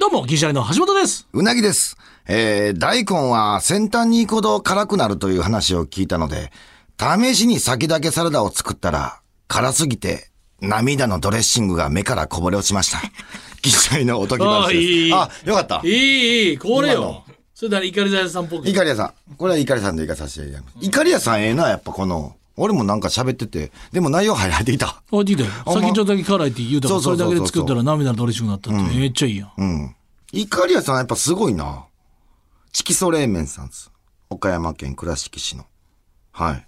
どうも、銀シャリの橋本です。うなぎです。えー、大根は先端に行くほど辛くなるという話を聞いたので、試しに先だけサラダを作ったら、辛すぎて、涙のドレッシングが目からこぼれ落ちま した。ぎっしゃりのおとぎあ話あ、いでい。す。あ、よかったい。い、いい、これ今よの。それだ、イカリザヤさんっぽく。イカリアさん。これはイカリアさんで行かさせていただきます。イカリアさんええな、やっぱこの。俺もなんか喋ってて、でも内容入られていた。あ、聞いたよ。ほんま先ちょっとだけ辛いって言うたから、そそれうそだうそうそうけで作ったら涙のドレッシングになったって、めっちゃいいやん。うん。イカリアさんやっぱすごいな。色素冷麺さんです。岡山県倉敷市の。はい。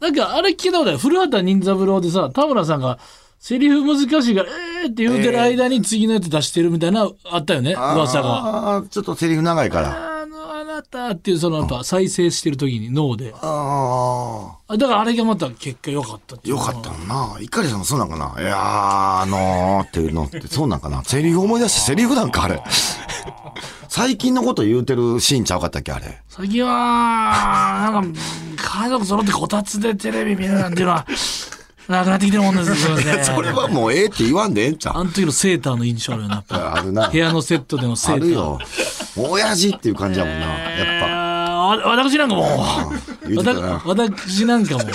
なんか、あれ聞いたことない。古畑任三郎でさ、田村さんが、セリフ難しいから、えーって言うてる間に次のやつ出してるみたいな、あったよね、噂が。ああ、ちょっとセリフ長いから。あの、あなたっていう、その、やっぱ再生してる時に脳で。ああだからあれがまた結果良かったってあ、いうよのはかったな。いかりさんもそうなんかな。いやー、あのーっていうのってそうなんかな。セリフ思い出してセリフなんかあれ。最近のこと言うてるシーンちゃうかったっけあれ。最近は、なんか、家族揃ってこたつでテレビ見るなんていうのは、なくなってきてるもんです。すい ませんそれはもうええって言わんでええんちゃうあの時のセーターの印象あるよな、やっぱあるな部。屋のセットでのセーあター。るよ。親父っていう感じやもんな。やっあーわ私なんかもう、ぱ。言うてたわな。た私なん かもう、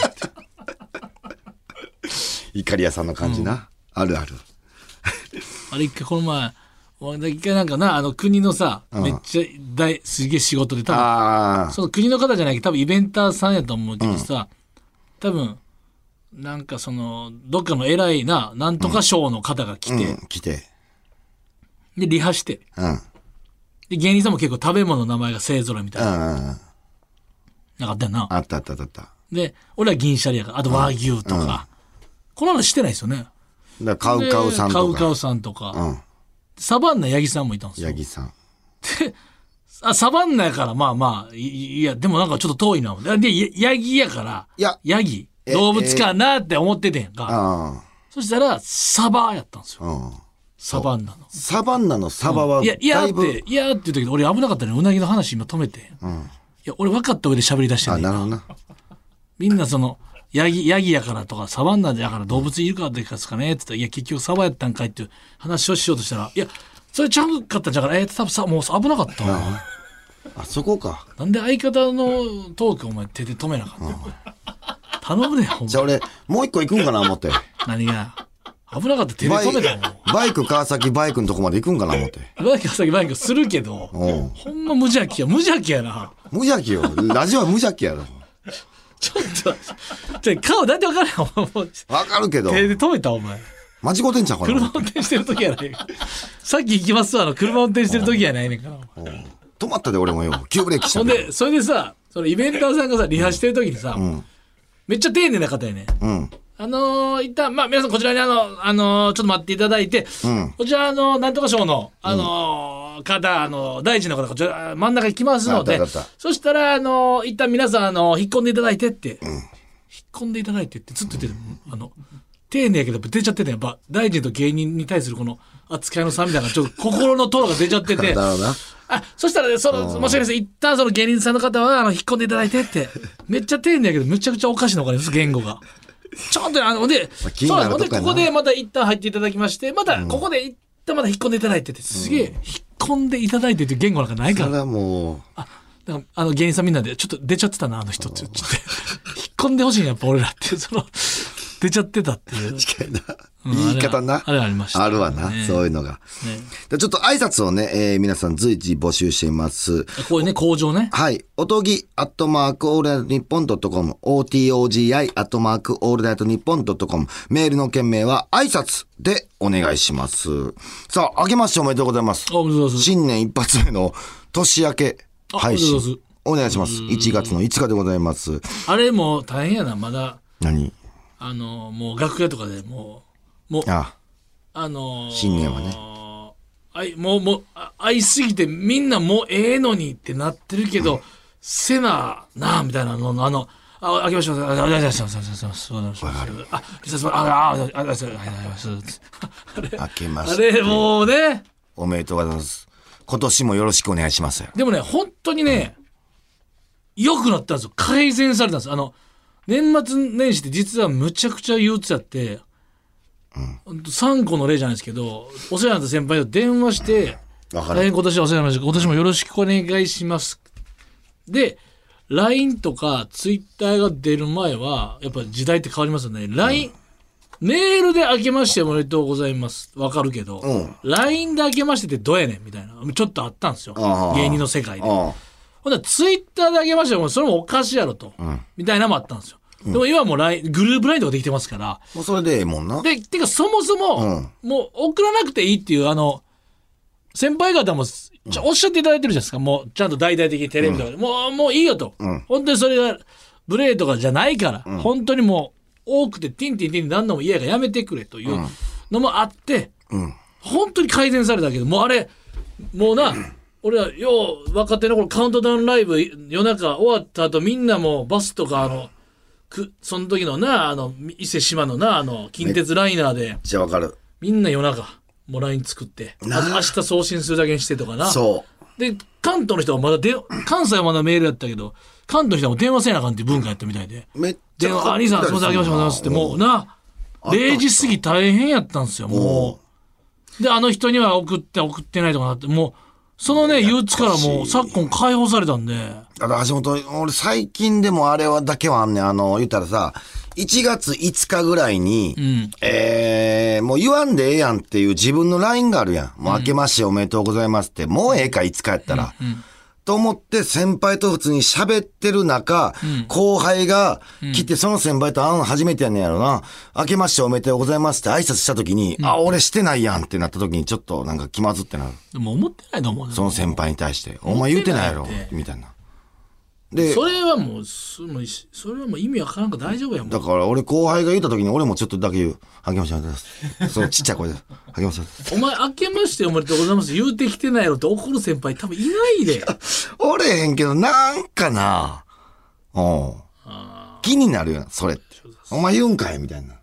いかりやさんの感じな。あるある。あれ一回この前、俺一回なんかな、あの国のさ、めっちゃ大、すげえ仕事で、多分あその国の方じゃないけど多分イベンターさんやと思うけどさ、多分なんかそのどっかの偉いななんとか賞の方が来あ。うて、ん、来て。でリハしてうん。うんで芸人さんも結構食べ物の名前が勢ぞろいみたいな,、うん。なうんんかあったよなあったあったあったあった。だかで俺は銀シャリやからあと和牛とか、この話してないですよねらカウカウさんでカとウカか。ウさんとか、うん。サバンナ八木さんもいたんですよ八木さん。あサバンナやからまあまあいいいやでもなんかちょっと遠いなでや八木やからいやヤギえ動物かなって思っててんやんか、あそしたらサバやったんですよあ。うん。サバンナの。サバンナのサバはいや、いやーだいっぶ、て、いやーって言ったけど、俺危なかったね。うなぎの話今止めて。いや、俺分かった上で喋り出してあ、んねなんるほどな。みんなその、ヤギ、ヤギやからとか、サバンナやから動物いるからですかねって言ったら、いや、結局サバやったんかいっていう話をしようとしたら、いや、それちゃうかったんじゃから、えー、多分さ、もう危なかったわ。あそこか。なんで相方のトークお前手で止めなかったのお前頼むね、ほんじゃま。あ俺、もう一個行くんかな思って。何が。危なかった手でバイ止めたもん。バイク、川崎バイクのとこまで行くんかな思って。バイクは先バイクするけど、おうほんま無邪気や、無邪気やな。無邪気よ。ラジオは無邪気やろ。ちょっと、ちょ顔だって分からんお前 もうわかるけど、手で止めた、お前。間違うてんちゃうか車な運。転してる時やないか。さっき行きますわの、車運転してる時やないねんから。止まったで俺もよ。急ブレーキしたほんで。で、それでさ、そのイベンターさんがさ、リハしてる時にさ、めっちゃ丁寧な方やね。うん。あのー、一旦、まあ皆さんこちらにあの、あのー、ちょっと待っていただいて、んこちらあの、なんとか賞の、あのー方、あのー、大臣の方、こちら、真ん中に来ますのであったあったあっ、そしたら、あのー、一旦皆さん、あのー、引っ込んでいただいてって、引っ込んでいただいてってずっと言ってた、あの、丁寧やけど、やっぱ出ちゃってたやっぱ、大臣と芸人に対するこの扱いの差みたいな、ちょっと心のトロが出ちゃって て、だろうな。あ、そしたらね、その、申し訳ないです。一旦その芸人さんの方は、あの、引っ込んでいただいてって。めっちゃ丁寧やけど、めちゃくちゃおかしなお金です、言語が。ちょっと、あの、ほんで、あ気になるそうなんですほんで、とこここやなでまた一旦入っていただきまして、また、ここで一旦また引っ込んでいただいてって、すげえ、引っ込んでいただいてっていう言語なんかないかたら。だもう、あ、だからあの、芸人さんみんなで、ちょっと出ちゃってたな、あの人って言って。引っ込んでほしいな、やっぱ俺らって、その、出ちゃってたっていう。近いなうん言い方な。あれはあれありましたねあるわな、そういうのが。でちょっと挨拶をね、えー皆さん随時募集しています。こういうね、工場ね。はい。おとぎ、アットマーク、オールナイトニッポンドットコム。OTOGI、アットマーク、オールナイトニッポンドットコム。メールの件名は、挨拶でお願いします。さあ、明けましておめでとうございます。おめでとうございます。新年一発目の年明けあお配めでとう信。お願いします。う1月の5日でございます。あれもう大変やな、まだ。何あのもう楽屋とかでもうもうあ あのー新年はねあいもうもうあ会いすぎてみんなもうええのにってなってるけど、せななあみたいなののあのああけましておめでとうございますありがとうございますありがとうございますありがとうございますあリサさんあありがとうございますありがとうございますありがとうございますあ、明けまあしれあてれもうねおめでとうございます。今年もよろしくお願いしますよ。でもね本当にね、良くなったんですよ改善されたんですあの年末年始って実はむちゃくちゃ憂鬱やって、三3個の例じゃないですけどお世話になった先輩と電話して、わか大る。変今年はお世話になりました。今年もよろしくお願いします。で、LINE とか Twitter が出る前は、やっぱ時代って変わりますよね。LINE、メールで明けましておめでとうございます。わかるけど、ん LINE で明けましてってどうやねんみたいな。ちょっとあったんですよあ。あ芸人の世界で。あほんならツイッターであげましたよ。もうそれもおかしいやろと。みたいなのもあったんですよ。でも今はもうライングループラインとかできてますから。もうそれでええもんな。で、てかそもそも、もう送らなくていいっていう、あの、先輩方もすちょおっしゃっていただいてるじゃないですか。もうちゃんと大々的にテレビとかで、もう、もういいよと。本当にそれが、無礼とかじゃないから、本当にもう、多くてティンティンティン何度も嫌がやめてくれというのもあって、本当に改善されたけど、もうあれ、もうな、俺はよう若手の頃カウントダウンライブ夜中終わった後みんなもうバスとかあの、くその時のな、あの、伊勢志摩のな、あの、近鉄ライナーで、じゃあわかる。みんな夜中、もう LINE 作って、あなあ明日送信するだけにしてとかな。そで、関東の人はまだで、関西はまだメールやったけど、関東の人はもう電話せなあかんっていう文化やったみたいで。う。めっち電ゃわ話、かあ、る。兄さん、すみません、あげましておめでとうございますって、もうな、0時過ぎ大変やったんですよ、もう。で、あの人には送って、送ってないとかなって、もう、そのね、憂鬱からもう、昨今解放されたんで、ただ橋本、俺最近でもあれはだけはあんねん。あの、言ったらさ、1月5日ぐらいに、えー、もう言わんでええやんっていう自分のラインがあるやん。もう明けましておめでとうございますって、もうええか5日やったら。と思って先輩と普通に喋ってる中、後輩が来て、その先輩と会うの初めてやねんやろな。明けましておめでとうございますって挨拶した時に、あ、俺してないやんってなった時にちょっとなんか気まずってなる。でも思ってないと思うね。その先輩に対して、お前言うてないやろ言うてないっ、みたいな。で、それはもう、すもうしそれはもう意味わからんから大丈夫やもん。だから俺後輩が言った時に俺もちょっとだけ言う。励ましてもらってます。そう、ちっちゃい声で。励ましてもらってお前、明けましておめでとうございます言うてきてないのって怒る先輩多分いないで。ます。おれへんけど、なんかな。うん。気になるよな、それって。お前言うんかいみたいな。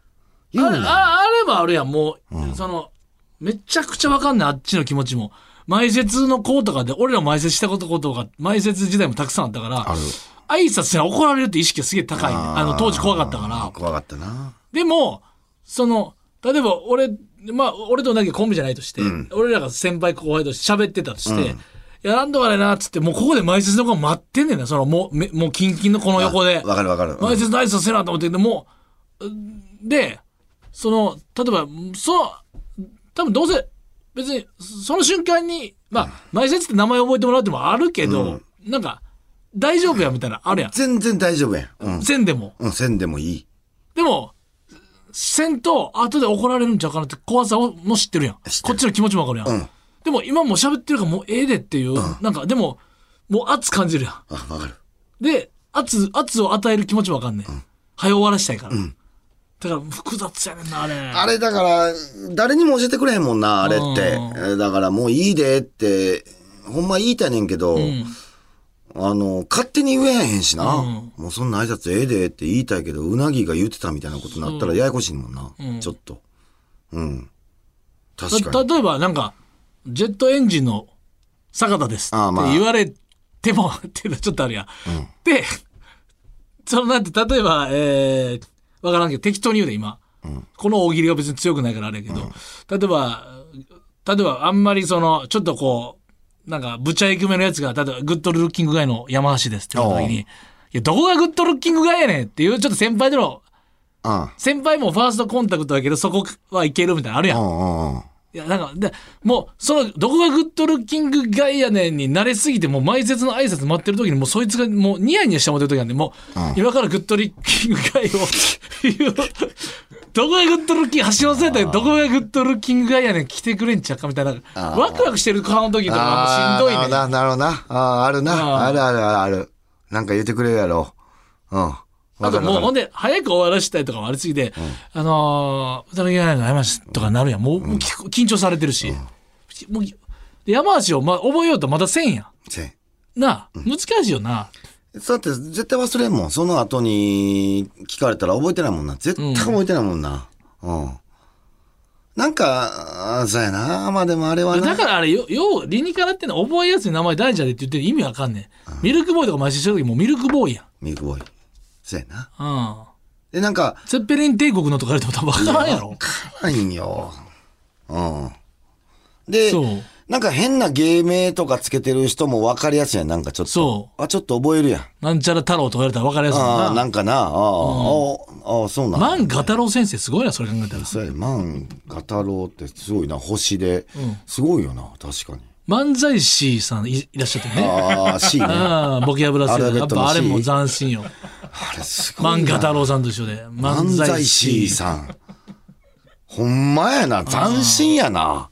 言うあれ、な。ああれもあるやん、もう、その、めちゃくちゃわかんない、あっちの気持ちも。前説の子とかで、俺らも前説したことことが、前説時代もたくさんあったから、挨拶せな怒られるって意識がすげえ高いね、あの、当時怖かったから。怖かったな。でも、その、例えば俺、まあ、俺と同じコンビじゃないとして、俺らが先輩後輩として喋ってたとして、いや、なんとかねな、っつって、もうここで前説の子が待ってんねんな、その、もう、めもう、キンキンのこの横で。わかるわかる。前説の挨拶せなと思ってでもうでその例えばその多分どうせ別にその瞬間にまあ前説って名前覚えてもらうってもあるけど、なんか大丈夫やみたいなあるやん全然大丈夫やん。うん。せんでもうん、せんでもいい。でもせんと後で怒られるんちゃうかなって怖さをも知ってるやん知ってるこっちの気持ちもわかるやん、んでも今もう喋ってるからもうええでっていう、なんかでももう圧感じるやんあ、わかる。で、圧、圧を与える気持ちもわかんねん。早終わらしたいから。だから複雑やねんな、あれ。あれだから、誰にも教えてくれへんもんな、あれって。えうんーだからもういいでって、ほんま言いたいねんけど、あの、勝手に言えへんしな、もうそんな挨拶ええでって言いたいけど、うなぎが言ってたみたいなことになったらややこしいもんな、ちょっと。うん。確かたに。例えば、なんか、ジェットエンジンの坂田ですってああまあ言われても、っていうのはちょっとあるやん。で、そのなんて、例えば、えー、わからんけど、適当に言うで、今。この大喜利が別に強くないからあれやけど、例えば、例えば、あんまりその、ちょっとこう、なんか、ぶちゃいくめのやつが、例えば、グッドルッキングガイの山橋ですって言った時に、いや、どこがグッドルッキングガイやねんっていう、ちょっと先輩での、うん。先輩もファーストコンタクトだけど、そこはいけるみたいなのあるやんう。んうんうん。いや、なんか、で、もう、その、どこがグッドルッキングガイやねんに慣れすぎて、もう前説の挨拶待ってる時に、もうそいつが、もうニヤニヤしてもってる時なんで、もう、今からグッドルッキングガイを言う、どこがグッドルッキング、橋本さんやったらどこがグッドルッキングガイやねん来てくれんちゃうかみたいな、ワクワクしてる顔の時とかあなんかしんどいねー。ななるほどな。あーあるあな。ーあるあるある。なんか言ってくれるやろ。うん。わあとかるもう、わかほるんで、早く終わらしたいとかもありすぎて、あのー、疑わないの山橋とかなるやん。もう、もう聞く緊張されてるし。もう、で山橋を、ま、覚えようとまたせんやん。せんなあ、難しいよな。そうだって絶対忘れんもん。その後に聞かれたら覚えてないもんな。絶対覚えてないもんな。うん。なんか、あーそうやな。まあでもあれはな。だからあれ、よ、よう、理にかなってんの覚えやすい名前大事やでって言ってる意味わかんねん。ミルクボーイとか毎週してる時もうミルクボーイやん。ミルクボーイ。そうやな。うん。で、なんか、ゼッペリン帝国のとか言われても多分わからんやろ。辛いんよ。うん。で、そう。なんか変な芸名とかつけてる人も分かりやすいやん。なんかちょっと。そあ、ちょっと覚えるやん。なんちゃら太郎とか言われたら分かりやすいもんああ、な。なんかな。ああ、ああ、ああそうなんだ万ンガタロウ先生すごいな、それ考えたら。そうや、マン、ガタロウってすごいな、星で。すごいよな、確かに。漫才師さんいいらっしゃってね。ああ、C ね。あああ、ボキャブラ制アル度。ファベやッっトのぱあ C れも斬新よ。れすごいな。漫画太郎さんと一緒で。漫漫才才師。師さん。ほんまやな、斬新やな。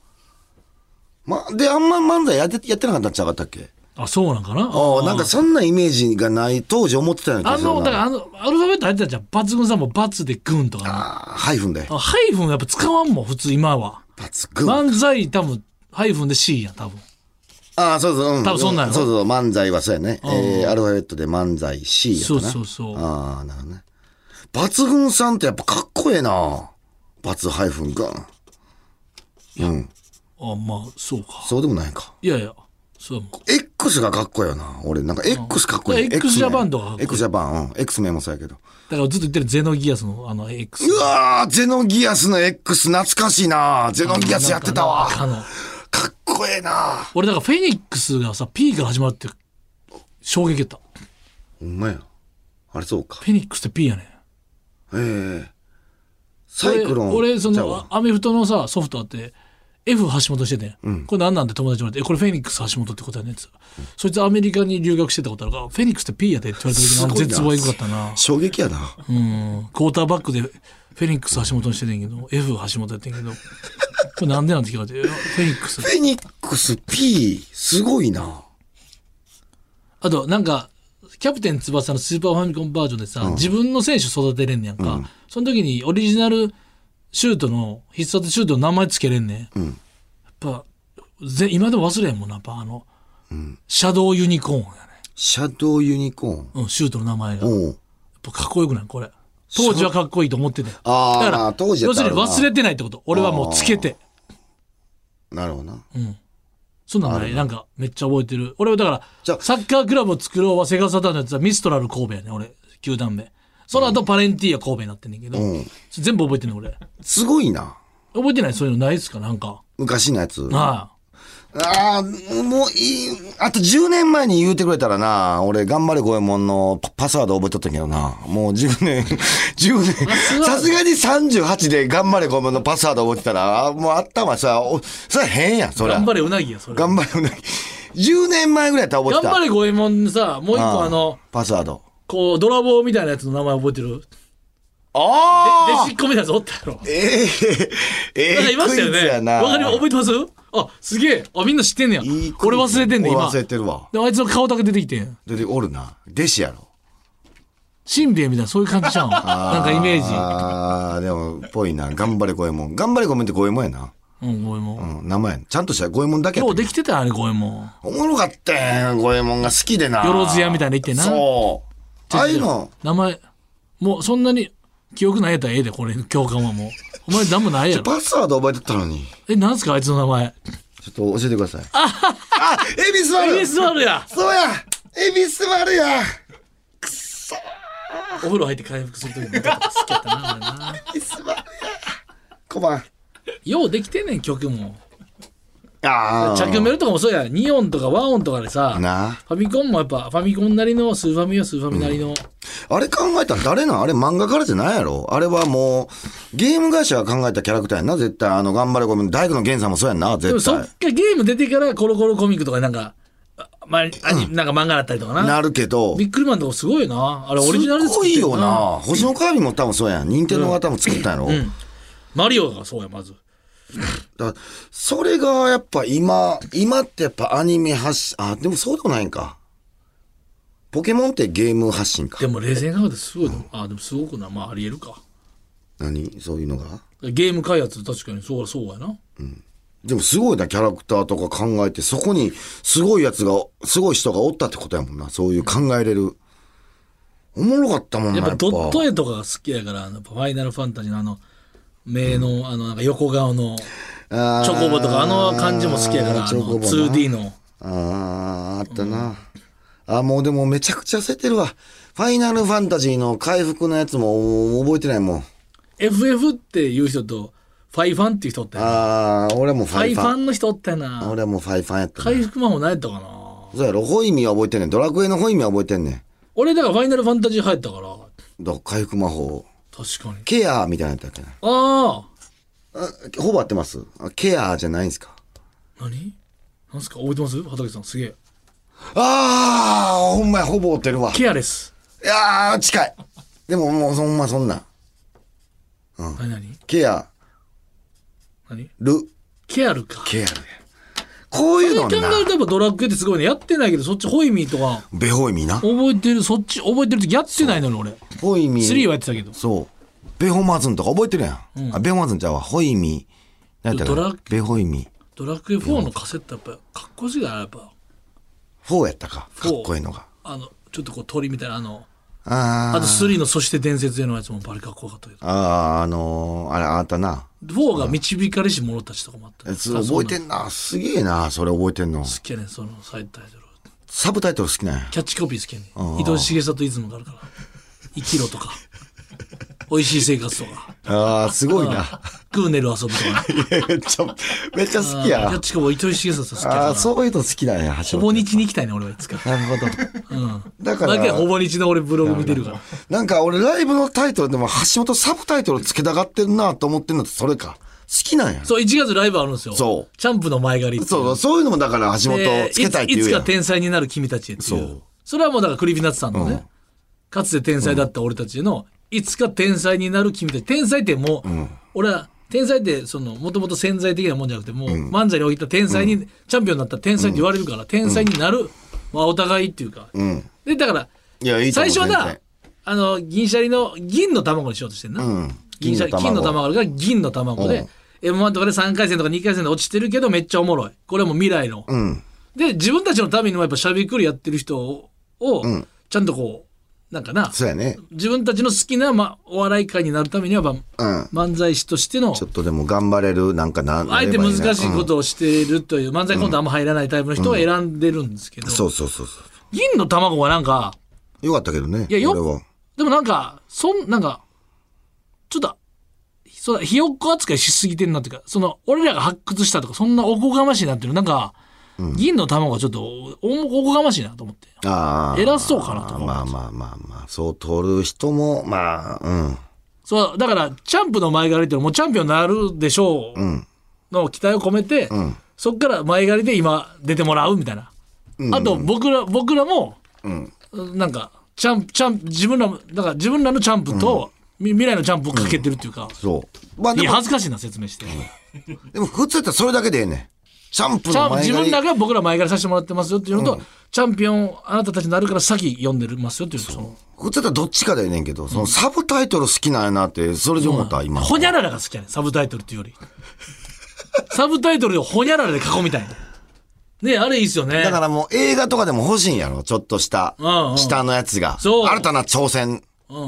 ま、で、あんま漫才やって、やってなかったんちゃうかったっけあ、そうなんかなああ、なんかそんなイメージがない、当時思ってたようなあ気がするな。の、だからあの、アルファベット入ってたじゃん。抜群さんも抜でグンとかな。ああハイフンで。あハイフンやっぱ使わんもん、普通今は。抜群。あ漫才多分、ハイフンで C やん、多分。あ、そうそう。う多分そんなんやろそうそう、漫才はそうやね。えー、アルファベットで漫才 C やったそな。うそうそう。ああ、なるほどね。抜群さんってやっぱかっこええな。抜ハイフン群。うん。あ、まあ、そうか。そうでもないか。いやいや、そうやもん。 X がかっこいいよな。俺、なんか X かっこいい。いや X ジャパンとかかっこいい X ジャパン、うん。X 名もそうやけど。だからずっと言ってるゼノギアスのあの X。うわー、ゼノギアスの X 懐かしいな。ゼノギアスやってたわ。あのかっこええな。俺だからフェニックスがさ、P から始まるって衝撃やった。ほんまや。あれそうか。フェニックスって P やねん。ええサイクロン。俺、俺そちゃうわの、アメフトのさ、ソフトあって、F 橋本しててん、これ何なんて友達に言われて、えこれフェニックス橋本ってことやねんって言ったらそいつアメリカに留学してたことあるから、フェニックスって P やでって言われた時すのごいな絶望が良かったな。衝撃やな。うん。クォーターバックでフェニックス橋本にしててんけど、F 橋本やってんけ ど、これなんでなんて聞かれて、いやフェニックス。フェニックス P、すごいな。あと、なんか、キャプテン翼のスーパーファミコンバージョンでさ、自分の選手育てれんねやんか、その時にオリジナルシュートの、必殺シュートの名前つけれんね、ん。やっぱ、ぜ今でも忘れへんもんな、やっぱあの、シャドウユニコーンやね。シャドウユニコーン。うん、シュートの名前が。やっおうぱかっこよくないこれ。当時はかっこいいと思ってたよ。あーだから、当時や要ったすらるに忘れてないってこと。俺はもうつけて。なるほどな。そんなんない。なんか、めっちゃ覚えてる。俺はだかじゃら、サッカークラブを作ろうはセガサターンのやつはミストラル神戸やね、俺、球団名。その後、パレンティーヤ神戸になってんねんけど、うん全部覚えてんねん、俺。すごいな。覚えてないそういうのないっすかなんか。昔のやつ。はああ、もういい。あと10年前に言うてくれたらな、俺、頑張れ五右衛門のパパスワード覚えとったけどな。もう10年、10 スワー年。ドさすがに38で頑張れ五右衛門のパスワード覚えてたら、あーもう頭さ、おそれ変やん、そい。りゃ頑張れ、うなぎや、それ。頑頑張れ、うなぎ。10年前ぐらいやったら覚えてた。張れ、五右衛門さ、もう一あ個ーあの、パスワード。こう、泥棒みたいなやつの名前覚えてる。であ弟子あっ子みたいなやつおったやろ。ええええなんかいましたよクイズやね。なわかり覚えてますあ、すげえ。あ、みんな知ってんねや。いいクイズ俺忘れてんねん、俺今。忘れてるわ。で、あいつの顔だけ出てきてん。で、でおるな。弟子やろ。しんべヱみたいな、そういう感じじゃん。なんかイメージ。ああ、でも、ぽいな。頑張れ、五右衛門。頑張れ、五右衛門って五右衛門やな。うん、五右衛門。うん、名前。ちゃんとした五右衛門だけやよっうたできてたよあれ五右衛門おもろかったやん、五右衛門が好きでな。よろずやみたいなの行ってなそう。ああいうの、名前もうそんなに記憶ないやったらええでこれ共感は もうお前何もないやろパスワード覚えてったのに。えなんすかあいつの名前ちょっと教えてく ださい。あエビスワエルビスワルやそうやエビスワルやお風呂入って回復する時も好きやったな俺なエビスワルや小判。ようできてんねん曲もああ。着メロとかもそうや2音とか和音とかでさなあ。ファミコンもやっぱファミコンなりのスーファミはスーファミなりの、あれ考えたら誰なんあれ漫画からじゃないやろあれはもう、ゲーム会社が考えたキャラクターやんな、絶対。あの、頑張れごめん。大工の源さんもそうやんな、でも絶そっ対。かゲーム出てからコロコロコミックとかなんか、あまあ、アニなんか漫画だったりとかななるけどビ、ックリマンとかすごいよなあれオリジナルです作ってごいんよな。星のカービィも多分そうやん。任天堂型も作ったんやろ、マリオがそうやまずだからそれがやっぱ今、今ってやっぱアニメ発信、あ、でもそうでもないんか。ポケモンってゲーム発信かで。も冷静に考えてすごいな、あでもすごくなまあありえるか何そういうのがゲーム開発確かにそうそうやなでもすごいな、キャラクターとか考えて、そこにすごいやつが、すごい人がおったってことやもんな。そういう考えれる。おもろかったもんな、やっやぱっドットぱ。絵とかが好きやからやっぱファイナルファンタジーのあの目の,、あのなんか横顔のチあーョコボとかあの感じも好きやからあチョコボのな 2D のあー、あったな。あ、もうでもめちゃくちゃ焦ってるわ。ファイナルファンタジーの回復のやつも覚えてないもん。 FF っていう人とファイファンっていう人おったよなああ、俺もフファァイイフファァン。ンの人おったよな俺はもうファイファンやったな。回復魔法何やったかなそうやろ、ホイミは覚えてんねん。ドラクエのホイミは覚えてんねん。俺だからファイナルファンタジー入ったからだから回復魔法。確かにケアーみたいなやつやったっけな。ああ、ほぼ合ってますあケアーじゃないんすかあ何なんすか覚えてます畑さんすげえああ、ほんまや、ほぼ合ってるわ。ケアレスいやー、近い。でももう、ほんまそんな。何何ケア、何ル、ケアルかケアルや。こういうの考えな、るとやっぱドラッグってすごいねやってないけどそっちホイミーとかベホイミな。覚えてるそっち覚えてる時やってないのに俺ホイミ。 3はやってたけどそう。ベホマズンとか覚えてるやん。あ、ベホマズンちゃうわ。ホイミ。なんだドろラう。ベホイミ。ドラクエ4のカセットやっぱかっこしいからやっぱ4やったか。フォかーっこいいのが。あのちょっとこう鳥みたいなあのああとー。 3の「そして伝説へのやつもバリかっこよかったけどあー、あのー、あれ、あったな。 4が導かれし者たちとかもあったえそう覚えて好んな。すげえな、それ覚えてんの。きやねんそのサイタイトルサブタイトル好きなんや。キャッチコピー好きやねん伊藤重里イズムがあるから生きろと か美味しい生活とかあー、すごいな。クーネル遊ぶとかめっちゃ、めっちゃ好きキやャッ。チコピー伊藤重里さん好きやかあらー、そういうの好きなんや、橋ほぼ本日に行きたいね俺はいつかなるほど。だからだけどほぼ日の俺ブログ見てるからなんか俺ライブのタイトルでも橋本サブタイトルつけたがってるなと思ってんのってそれか。好きなんや。そう1月ライブあるんですよそうチャンプの前借りっていうそう、そういうのもだから橋で本つけたいっていいついうつやかん。天才になる君たちへっていうそそうれはもうだからクリビナッツさんのね、うんかつて天才だった俺たちへの、いつか天才になる君たち天才ってもう、俺は天才ってそのもともと潜在的なもんじゃなくてもう漫才においた天才に、チャンピオンになった天才って言われるから、天才になる、まあ、お互いっていうか、うん。でだからいや、いいと最思う初は全な然あの銀シャリの銀の卵にしようとしてんな、うん。銀シャリ金の卵があるから銀の卵で、M1 とかで3回戦とか2回戦で落ちてるけどめっちゃおもろいこれはもう未来の、うん。で自分たちのためにもやっぱしゃべくりやってる人を、をんちゃんとこうなんかなそうやね。自分たちの好きな、ま、お笑い界になるためにはやっぱうん。漫才師としてのちょっとでも頑張れる、なんかな。。あえて難しいこととをしているという、漫才コントあんま入らないタイプの人は選んでるんですけど、うんそうそうそうそ銀の卵はなんかう。よかったけどね。いやよ俺はでもなんかそんなんかちょっとそうだひよっこ扱いしすぎてんなっていうかその俺らが発掘したとかそんなおこがましいなっていうなんか、銀の卵はちょっとおおおこがましいなと思ってああ。偉そうかなと思ってまあまあまあまあ。そう取る人も、まあ、うん。そう、だから、チャンプの前借りっていうのはもうチャンピオンになるでしょううん。の期待を込めて、んそっから前借りで今出てもらうみたいな。あと、僕ら、僕らも、うん。なんか、チャンプ、チャンプ、自分らも、だから自分らのチャンプと、み未来のチャンプをかけてるっていうか、そう。まあいでや、も、恥ずかしいな、説明して。でも普通やったらそれだけでええねん。シャンプーチのャン前自借分りらが僕ら前借りさせてもらってますよっていうのと、チャンピオン、あなたたちになるから先読んでますよっていう、その、こっちだったらどっちかだよねんけど、そのサブタイトル好きなんやなって、それで思った、今。ほにゃららが好きやねんサブタイトルっていうより。サブタイトルをほにゃららで囲みたいね。ねあれいいっすよね。だからもう映画とかでも欲しいんやろ、ちょっとしたうんう、ん下のやつが。そう新たな挑戦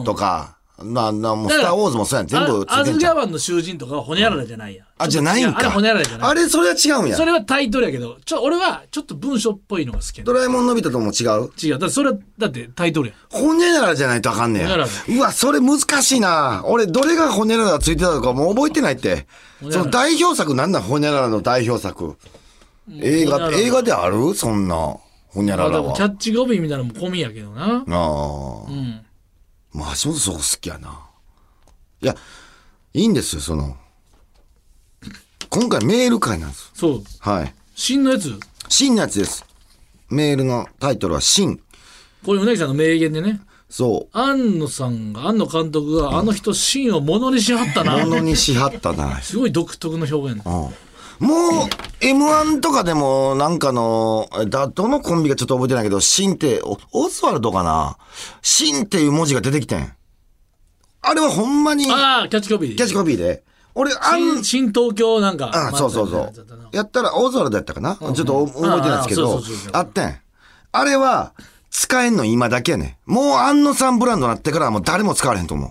とか、な、な、もう、だスからターウォーズもそうやん、全部つあアいてズんじゃガん。バンの囚人とかはほにゃららじゃないや。あ、じゃないんあれか。ほにゃららじゃない。あれ、それは違うんやそ。れはタイトルやけど、ちょ、俺はちょっと文章っぽいのが好きやねドラえもんのび太とも違う違う。だってそれは、だってタイトルや。ほにゃららじゃないとあかんねほにゃらやら。うわ、それ難しいな。俺、どれがほにゃららついてたのかもう覚えてないって。ほにゃらそらの代表作なんなんほにゃららの代表作。映ほにゃ画、らら映画であるそんな、ほにゃらまあらでもは。キャッチゴビーみたいなのも込みやけどな。ああ。んまあ、橋本そこ好きやな。いや、いいんですよ、その。今回メール会なんです。そう。はい。新のやつ。真のやつです。メールのタイトルは真。これ、うなぎさんの名言でね。そ庵野さんが、庵野監督が、あの人、シーンをものにしはったう。ものな。にしはったな。すごい独特の表現。うん。もう、M1 とかでも、なんかの、えだ、どのコンビかちょっと覚えてないけど、シンって、おオズワルドかなシンっていう文字が出てきてん。あれはほんまに、キャああ、キャッチコピー。ッチコピーで。俺、あん新、新東京なんか。あそうそうそう。やったら、大空だったかな、ちょっとお覚えてないですけああどそうそうそう、あってん。あれは、使えんの今だけやねん。もう安野さんブランドになってからはもう誰も使われへんと思う。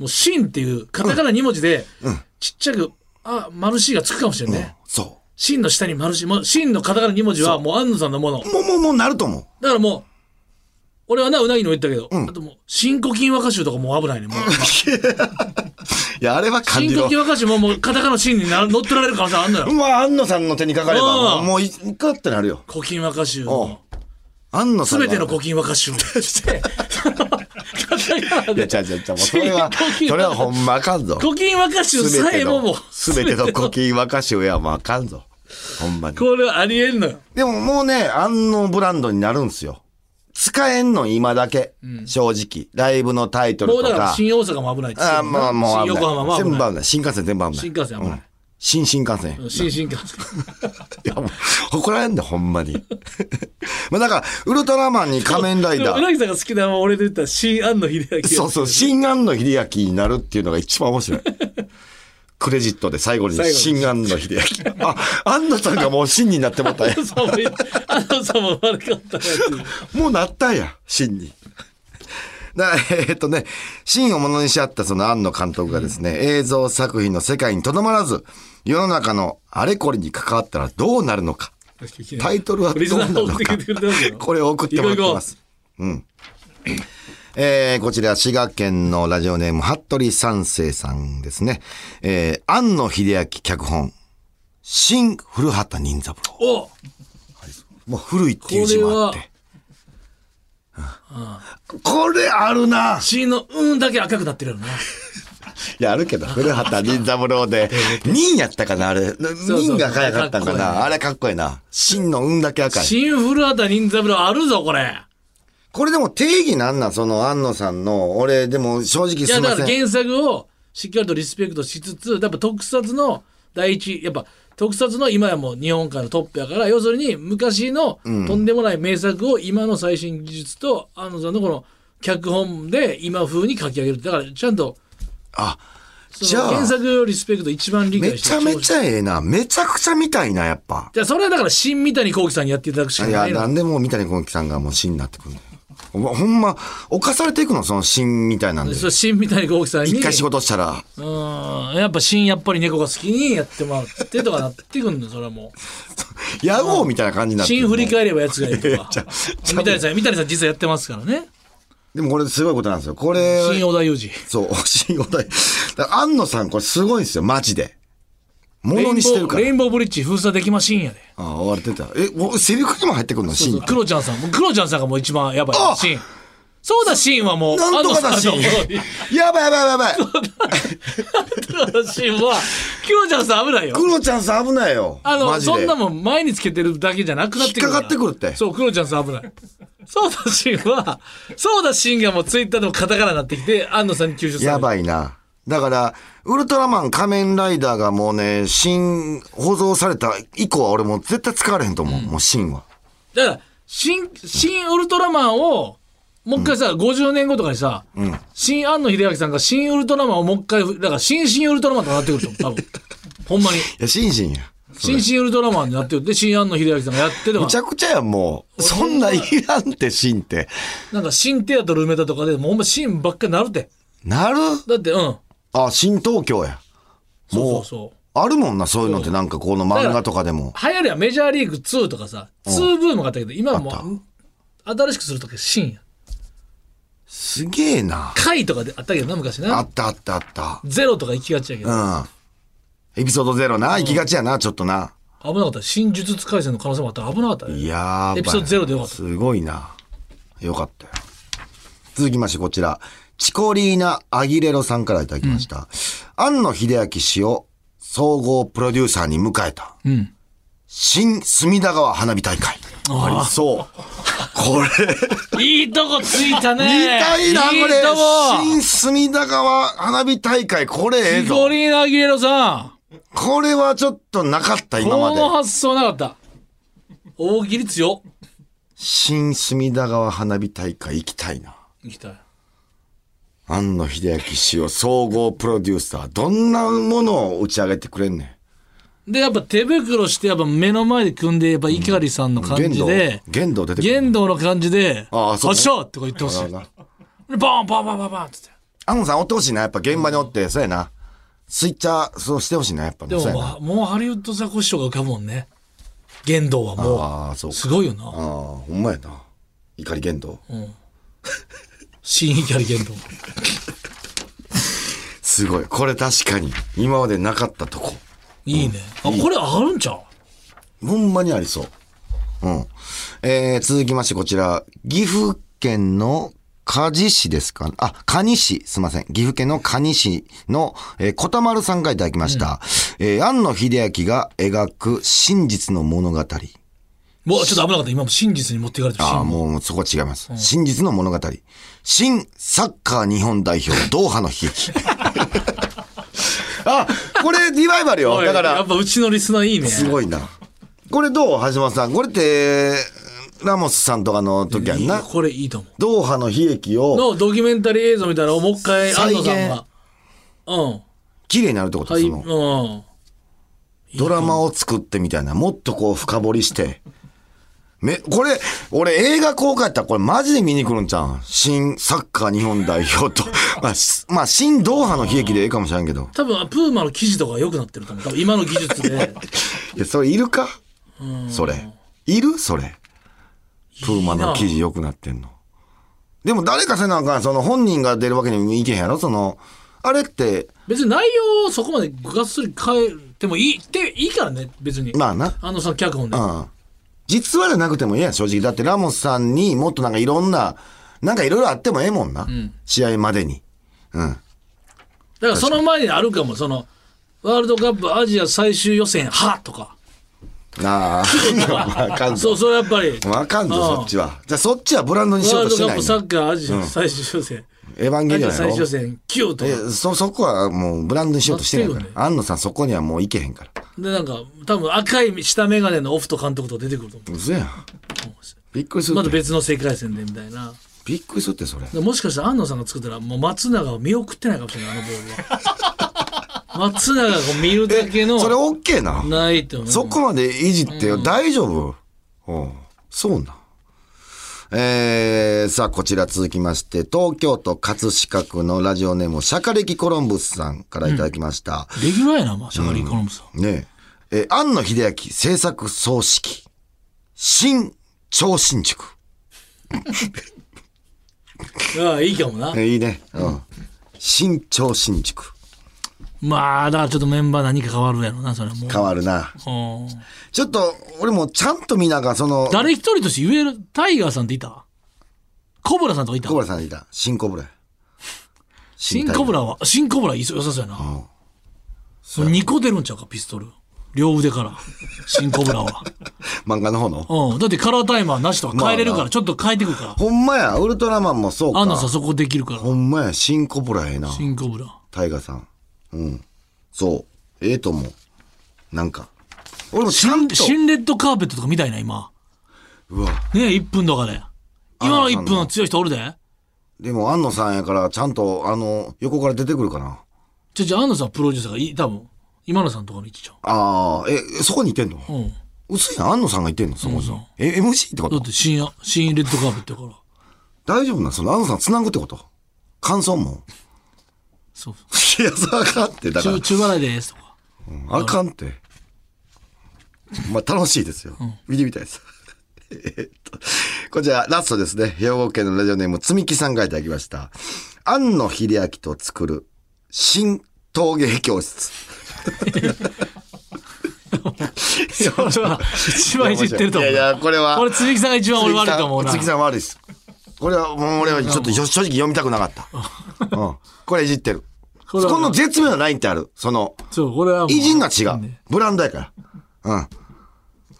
もう、シンっていう、カタカナ2文字で、ちっちゃく、あ、マルシーがつくかもしれんね。そシンの下にマルシー、もう、シンのカタカナ2文字はもう安野さんのもの。う。もう、もう、もうなると思う。だからもう、 俺はな、うなぎの言ったけど、あともう、新古今和歌集とかもう危ないね。もう、いや、あれは感新じろ時。若しももうカタカナのシーンにな乗っ取られる可能性あんのよ。まあ、安野さんの手にかかれば、うんもういかってなるよ。古今和歌集おうの。安野さすんは。べての古今和歌集をして、 そのカタカナいや、でちゃうちゃうちゃう。もうそれは古今和歌、集それはほんまあかんぞ。古今和歌集すべさてえもものう、、すべての古今和歌集はもうあかんぞ。ほんまに。これはありえんのよ。でももうね、安野ブランドになるんすよ。使えんの今だけ。正直。ライブのタイトルもうとだからか。新大阪も危ないっつってあーまあもう危新ない。横浜も危全部ない。危ない。新幹線全部危ない。新幹線危ないうん新新幹線。新新幹線。いや、もう、怒られんだ、ほんまに。 まあ、だから、ウルトラマンに仮面ライでもダ ー。浦木さんが好きなのは俺で言ったら新安野秀明。そうそう、新安野秀明になるっていうのが一番面 白い。クレジットで最後に最後に新安野秀明。あ、安野さんがもう新になっても ったんや安野さんも、安野さんも悪かったなっていう。もうなったんや、新に。だからえーっとね、真をものにし合ったその庵野監督がですね、映像作品の世界にとどまらず、世の中のあれこれに関わったらどうなるのか。タイトルはどうリスナーながる送のってかきてくれたんだよ。これを送ってもらってます。うん。えーこちら、滋賀県のラジオネーム、服部三世さんですね。えー、庵野秀明脚本、新古畑任三郎。おこもう古いっていう字れもあっはて。これあるな新のうんだけ赤くなってるよね。いや、あるけど、 古畑任三 郎で、任やったかなあれ。う任が赤かったんかかっこいいなあれかっこいいな。真の運だけ赤い。新古畑任三郎あるぞ、これ。これでも定義なんなんその、安野さんの、俺、でも正直いすや、いだまからせん。原作をしっかりとリスペクトしつつ、やっぱ特撮の第一、やっぱ特撮の今やもう日本海のトップやから、要するに昔のとんでもない名作を今の最新技術と、安野さんのこの脚本で今風に書き上げる。だからちゃんと、あ、そじゃのあ原作をリスペクト一番理め解してちゃめじちゃええな。めちゃくちゃ見たいな、やっぱ。ゃあそれはだから新三谷幸喜さんにやっていただくしかいなや、いのなんでもう三谷幸喜さんがもう死になってくるのほんまほんま、犯されていくのその死みたいなんで。そう新三谷幸喜さんに一回仕事したら、うーんやっぱ新やっぱり猫が好きにやってもらってとかなってくんのそれはも野郎みたいな感じにうなってる新振り返ればやつがいいといや かちゃうちゃう三谷さん三谷さん実はやってますからねでもこれすごいことなんですよ。これ、新小田裕二そう、新お題。だから安野さんこれすごいんですよ、マジで。ものにしてるかレイら。ンボーレインボーブリッジ封鎖できましんやでああ、終われてた。え、おセリフにも入ってくるの、シーン。クロちゃんさんもうクロちゃんさんがもう一番やばいあシーンそうだシーンはもうなんとかだ安野シさんの方にーン。 やばいやばいやばいやばい。そうだシーンはクロちゃんさん危ないよクロちゃんさん危ないよ。あのマジでそんなもん前につけてるだけじゃなくなってくるら引っかかってくるってそうクロちゃんさん危ないそうだシーンはそうだシーンがもうツイッターでもカタカナになってきて安野さんに吸収されるやばいな。だから、ウルトラマン、仮面ライダーがもうね、新、保存された以降は俺もう絶対使われへんと思う。もう新は。だから、新、新ウルトラマンを、もう一回さ、50年後とかにさ、新庵野秀明さんが新ウルトラマンをもう一回、だから新新ウルトラマンとなってくると思う、 多分。ほんまに。いや、新新や。新新ウルトラマンになってるで、新庵野秀明さんがやってとむちか、ゃくちゃやん、もう。そんないらんって、新って。なんか新テアトル梅田とかで、もうほんま新ばっかりなるって。なるだって、うん。あ、新東京や。そうそもうそう。あるもんな、そういうのってなんかこの漫画とかでも。流行りはメジャーリーグ2とかさ、2ブームがあったけど、今はもあう、新しくするとき新や。すげえな。回とかであったけどな、昔あな。ったあったあった。ゼロとか行きがちやけど、うん。エピソードゼロな、行きがちやな、ちょっとな。危なかった。新呪術廻戦の可能性もあったら危なかったね。いやーばいエピソードゼロでよかったすごいな。よかったよ。続きまして、こちら。チコリーナ・アギレロさんからいただきました。庵野秀明氏を総合プロデューサーに迎えた。ん新隅田川花火大会。ありそう。これ。いいとこついたね。見たいな、こいいとれ。新隅田川花火大会、これええこ。ゴぞ。リーナ・アギレロさこれはちょっとなかった、ん。今まこでの。発想なかった。大喜利強。新隅田川花火大会行きたいな。行きたい。庵野秀明氏を総合プロデューサー。どんなものを打ち上げてくれんねん。で、やっぱ手袋して、やっぱ目の前で組んで、やっぱ碇さんの感玄じ道で、玄道出てくる。玄道の感じで、ああそうねっしゃとか言ってほしい。あでなボンボンボンボンボンっつって。庵野さんおってほしいな。やっぱ現場におって、そうやな。スイッチャー、そうしてほしいな。やっぱねでそうもやもな。う、もうハリウッドザコシショウが浮かぶもんね。玄道はもああ、そうう、か。すごいよああな。、ほんまやな。怒り玄道。新碇玄道。すごい。これ確かに、今までなかったとこ。いいね。あ、これあるんちゃうほんまにありそう。うん。えー、続きましてこちら、岐阜県の梶市ですかあ、蟹市、すいません。岐阜県の蟹市の、えー、小田丸さんからいただきました。えー、庵野秀明が描く真実の物語。もうちょっと危なかった。今も真実に持っていかれてるああ、もうそこは違います。真実の物語。新サッカー日本代表、ドーハの悲 劇。あ、これリバイバルよ。おいだかやらっ、ぱうちのリスナーいいね。すごいな。これどう橋本さん。これって、ラモスさんとかの時やんいやな。これいいと思う。ドーハの悲劇をのドキュメンタリー映像みたいなのをもう一回安再藤現さんが。うん。綺麗になるってこと、はい、そうん。のこドラマを作ってみたいな。もっとこう深掘りして。め、これ、俺映画公開やったらこれマジで見に来るんちゃうん新サッカー日本代表と。 まあ、しまあ、新ドーハの悲劇でええかもしれんけど。多分、プーマの記事とかが良くなってると思う。多分、今の技術 で。いや、それいるかそれ。いるそれ。プーマの記事良くなってんの。でも誰かせなあかん。その本人が出るわけにもいけへんやろその、あれって、別に内容をそこまでがっつり変えてもいいって、いいからね、別に。まあな。あの、その脚本で。うん。実はじゃなくてもいいやん、正直。だってラモスさんにもっとなんかいろんな、なんかいろいろあってもええもんな。試合までに。うん。だからその前にあるかも、その、ワールドカップアジア最終予選、はとか。あ あ、わかんそぞう、。それやっぱり、ワわかんぞ、うんそっちは。じゃあそっちはブランドにしよーうルとドしてカなッいプのサッカーアジア最終予選。エヴァンゲアリジアオンやろ最終予選、9とえか。そ、そこはもうブランドにしようとしてないかなっらて。る安野さんそこにはもう行けへんから。で、なんか、多分赤い下眼鏡のオフト監督とか出てくると思嘘やん。びっくりすう。るまったて。別の世界線でみたいな。びっくりするって、それ。でもしかしたら安野さんが作ったらもう松永を見送ってないかもしれないあのボール は松永がこう見るだけのそれオッケーな。ないと思うそこまでいじってよ、大丈夫うん。そうな。えー、さあ、こちら続きまして、東京都葛飾区のラジオネーム、シャカレキコロンブスさんからいただきました。レギュラーやな、まあ、シャカリー・コロンブさん、ねえ、えー、庵野秀明制作総指揮、新超新宿。ああいいかもな、えーいいね。うん。新超新宿。まあだからちょっとメンバー何か変わるやろなそれはもう変わるな。うんちょっと、俺もちゃんと見ながら、その、誰一人として言えるタイガーさんっていたコブラさんとかいたコブラさんいた。新コブラ。シンコブラはシンコブラいそ良さそうやな、んそ2個出るんちゃうかピストル両腕からシンコブラ は、漫画の方のうん、だってカラータイマーなしとか変えれるから、まあなちょっと変えてくるからほんまや、ウルトラマンもそうか。安野さんそこできるからほんまや、新コブラええな。シンコブラタイガさん。うん。そう。ええと思う。なんか。俺もちゃんと。新レッドカーペットとか見たいな今うわ。ねえ1分とかで今の1分は強い人おるででも、安野さんやから、ちゃんと、あの、横から出てくるかな。じゃじゃ安野さんプロデューサーがい多分今野さんとかの一ちゃああ、え、そこにいてんのううん薄いな、安野さんがいてんのそこに。え、MC ってこだとって新新レッドカーペットやから大丈夫なんその安野さん繋ぐってこと感想も。そう いや、そうあかんって、だから中。中払いですと かあかんって。まあ、楽しいですよ。見てみたいです。 えっと、こちら、ラストですね。兵庫県のラジオネーム、つみきさんがいただきました。庵野秀明と作る、新陶芸教室。それは 一番いじってると思ういやいや、これは。これ鈴木さんが一番俺悪いと思うな鈴木さん鈴木さん悪いです。これは、もう俺はちょっと正直読みたくなかった。うん。これいじってる。れはこの絶妙なラインってある。その、そうこれはもう偉人が違う。ブランドやから。うん。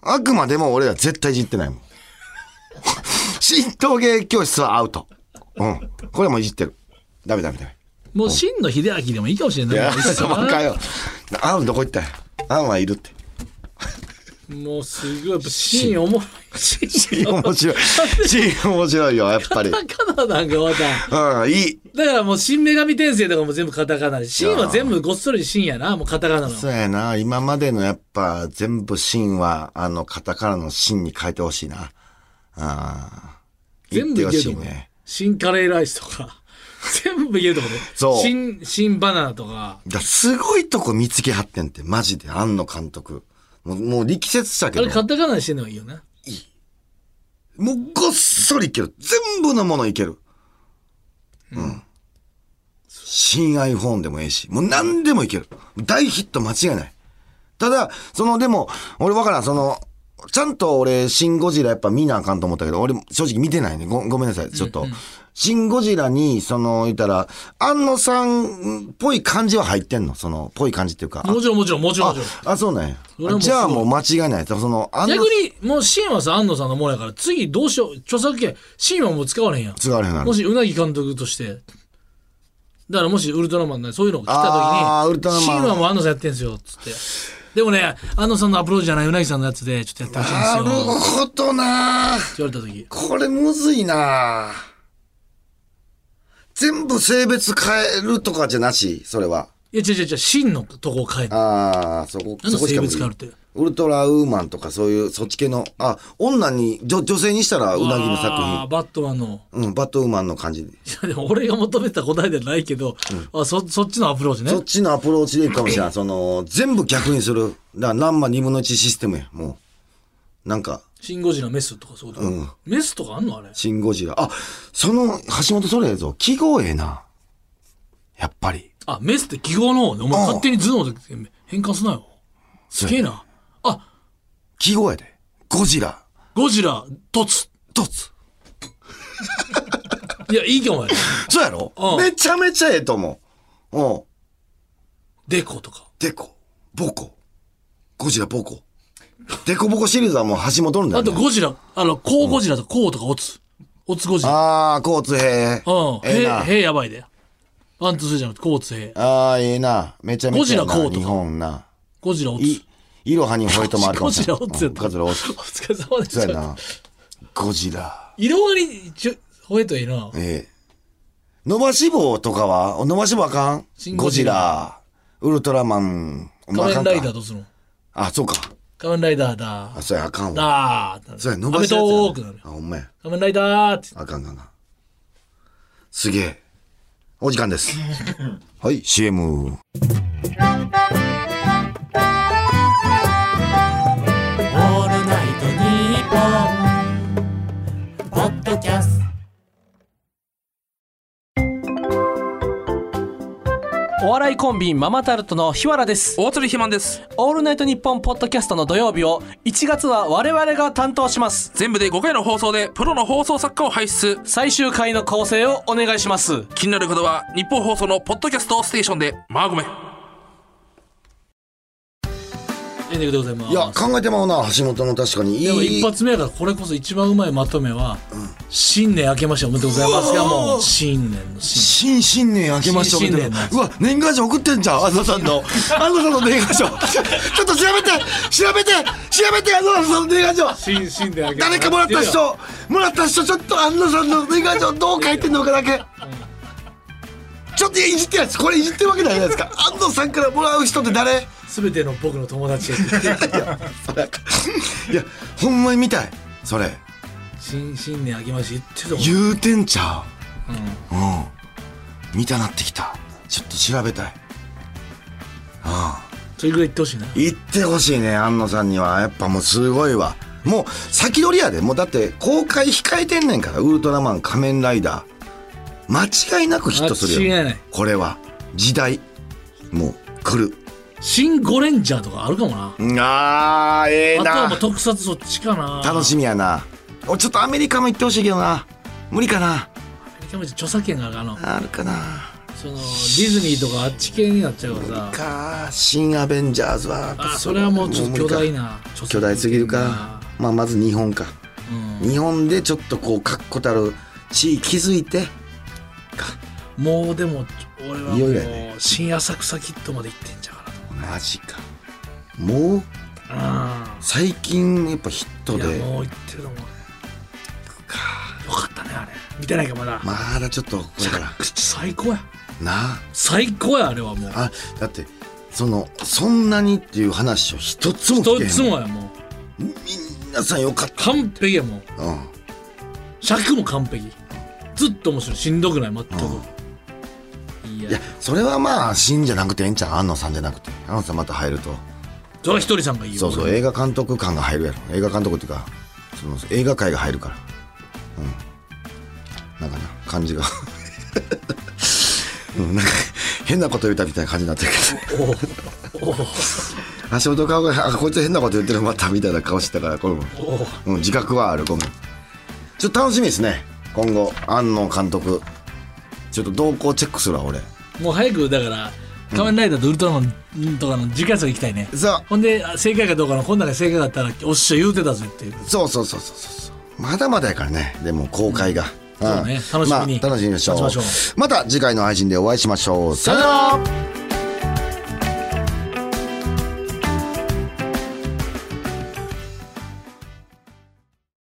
あくまでも俺ら絶対いじってないもん。 新陶芸教室はアウト。うん。これもいじってる。ダメダメダメ。もう真の秀明でもいいかもしれないいや、いっそなバカよ。アンどこ行ったんやアンはいるって。もうすごいやっぱ真おもろい真面白い。新面白いよ、やっぱり。カタカナなんかまたうん、いい。だからもう新女神転生とかも全部カタカナで、新は全部ごっそり新やな、もうカタカナの。そうやな。今までのやっぱ全部ンは、あの、カタカナのンに変えてほしいな。ああ。全部いけると言っ思うてほしいね。。新カレーライスとか、 全部いけると思うね。そう新、新バナナとか。だすごいとこ見つけはってんって、マジで、庵野監督。もう、もう力説したけあどれ、カタカナにしてんのがいいよな。もうごっそりいける。全部のものいける。うん。新 iPhone でもええし、もう何でもいける。大ヒット間違いない。ただ、その、でも、俺わからん、その、ちゃんと俺、シン・ゴジラやっぱ見なあかんと思ったけど、俺正直見てないね。ごごめんなさい、ちょっと。シン・ゴジラに、その、言ったら、安野さんっぽい感じは入ってんのその、ぽい感じっていうか。もちろんもちろんもちろんあもちろん。、あそうなんやそれはも。うじゃあもう間違いない。その、安野逆に、もうシーンはさ、安野さんのもんやから、次どうしよう、著作権、シーンはもう使われへんやん。使われへんなるもし、うなぎ監督として、だからもしウルトラマンなそういうのが来あーウたルト時ラマに、シーンンはもう安野さんやってんすよ、つって。でもね、安野さんのアプローチじゃない、うなぎさんのやつで、ちょっとやってほしいんですなよ。るってほどな言われた時。これむずいな全部性別変えるとかじゃなし、それは。いや、違う違う違う、シーンのとこを変える。ああ、そこ、なんでそこし性か無別理変わるって。ウルトラウーマンとかそういうそっち系の、あ、女に、女女性にしたらうなぎの作あーバットマンの。品。うん、バットウーマンの感じで。いや、でも俺が求めた答えではないけど、あそそっちのアプローチねそっ。ちのアプローチでいくかもしれない。その、全部逆にする。だから、何万二分の一システムや、もう。なんか、シン・ゴジラメスとかそうだ、メスとかあんのあれ。シン・ゴジラ。あ、その、橋本それやぞ。記号ええな。やっぱり。あ、メスって記号の方ね。お前うん勝手に頭脳で変換すなよ。すげえな。あ、記号やで。ゴジラ。ゴジラ、トツ。ドツ。いや、いいかもやね。そうやろうんめちゃめちゃええと思う。うん。デコとか。デコ、ボコ。ゴジラ、ボコ。デコボコシリーズはもう橋本なんだあよ、ね。とゴジラ、あの、コウゴジラとか、コウとかオツ。オツゴジラ。ああ、交通兵。うん。ええへな。へやばいで。ワン、ツー、スリーじゃなくて、コウツへ。ああ、ええな。めちゃめちゃええな。ゴジラこうとか日本な。ゴジラオツ。い、いろはにホワイトもあるかゴもしジれラない。オツやった。ゴジラおオツ。疲れ様でしそうやた。な。ゴジラ。色割り、ちょ、吠えといいな。ええ。伸ばし棒とかは伸ばし棒あかんシンゴゴジジラ。ウルトラマン。仮面ライダーー。どうするのあ、そうか。仮面ライダーだあ、そうや、あかんわ。だーそうや、伸アばメし棒トーークなるよあ、ほんまや。仮面ライダーって。あかんあかんあかん。すげえ。お時間です。 はい、CM。オールナイトニッポン」ポッドキャストお笑いコンビママタルトの日原です大鳥ひまんですオールナイトニッポンポッドキャストの土曜日を1月は我々が担当します全部で5回の放送でプロの放送作家を輩出最終回の構成をお願いします気になる方は日本放送のポッドキャストステーションでマーゴメエンディングでございます。いや、考えてまうな、橋本の確かに。いいでも一発目やからこれこそ一番うまいまとめは、新年明けましておめでとうございますがもう新年の新新新年明けましておめでとう新新年うわ年賀状送ってんじゃん安田さん の安田さんの年賀状ちょっと調べて調べて調べて安田さんの年賀状新新年明け誰かもらった人もらった人ちょっと安田さんの年賀状どう書いてんのかだけちょっといじってるやつこれいじってるわけじゃないですか安藤さんからもらう人って誰すべての僕の友達へいやほんまに見たいそれ新新年明けまして言ってると思う言うてんちゃううん見たなってきたちょっと調べたいそれぐらい言ってほしいな行ってほしいね安野さんにはやっぱもうすごいわもう先取りやでもうだって公開控えてんねんからウルトラマン仮面ライダー間違いなくヒットするよ間違いないこれは時代もう来る新ゴレンジャーとかあるかもなあーええあとはもうな特撮そっちかな楽しみやなおちょっとアメリカも行ってほしいけどな無理かな明けまして著作権があるあのあるかなそのディズニーとかあっち系になっちゃうからさかー新アベンジャーズはあそれはもうちょっと巨無理大かな著作権巨大すぎるかまあまず日本かうん日本でちょっとこう確固たる地位築いてもうでも俺はいもよいよやう新浅草キッドまで行ってんじゃうかなとマジかもうう最近やっぱヒットん。いでや、もう言ってると思うね。よかったね、あれ。見てないか、まだ。まだちょっとこれから最高や。なあ最高や、あれはもう。あだってそのそんなにっていう話を一つも聞一けへんつもや、もう。みんなさんよかっ完璧や、もう。た、うん、尺も完璧。ずっと面白い。しんどくない、全く。いいやや、それはまあ新じゃなくてええんちゃう安野さんじゃなくて安野さんまた入るとそれはひとりさんがいいよ。そうそう映画監督感が入るやろ映画監督っていうかその映画界が入る からうんなんかな感じがうんなんか変なこと言ったみたいな感じになってるけど橋本顔があこいつ変なこと言ってるまたみたいな顔してたからこれも、うん、自覚はあるごめんちょっと楽しみですね今後安野監督ちょっと動向チェックするわ俺もう早くだから「仮面ライダー」と「ウルトラマン」とかの次回作行きたいねそうほんであ正解かどうかのこん中で正解だったらおっしゃ言うてたぜっていうそうそうそうそうそうそうまだまだやからねでも公開が、そうね楽しみにまあ、楽しみにしましょう待ちましょまた次回の配信でお会いしましょうさよなら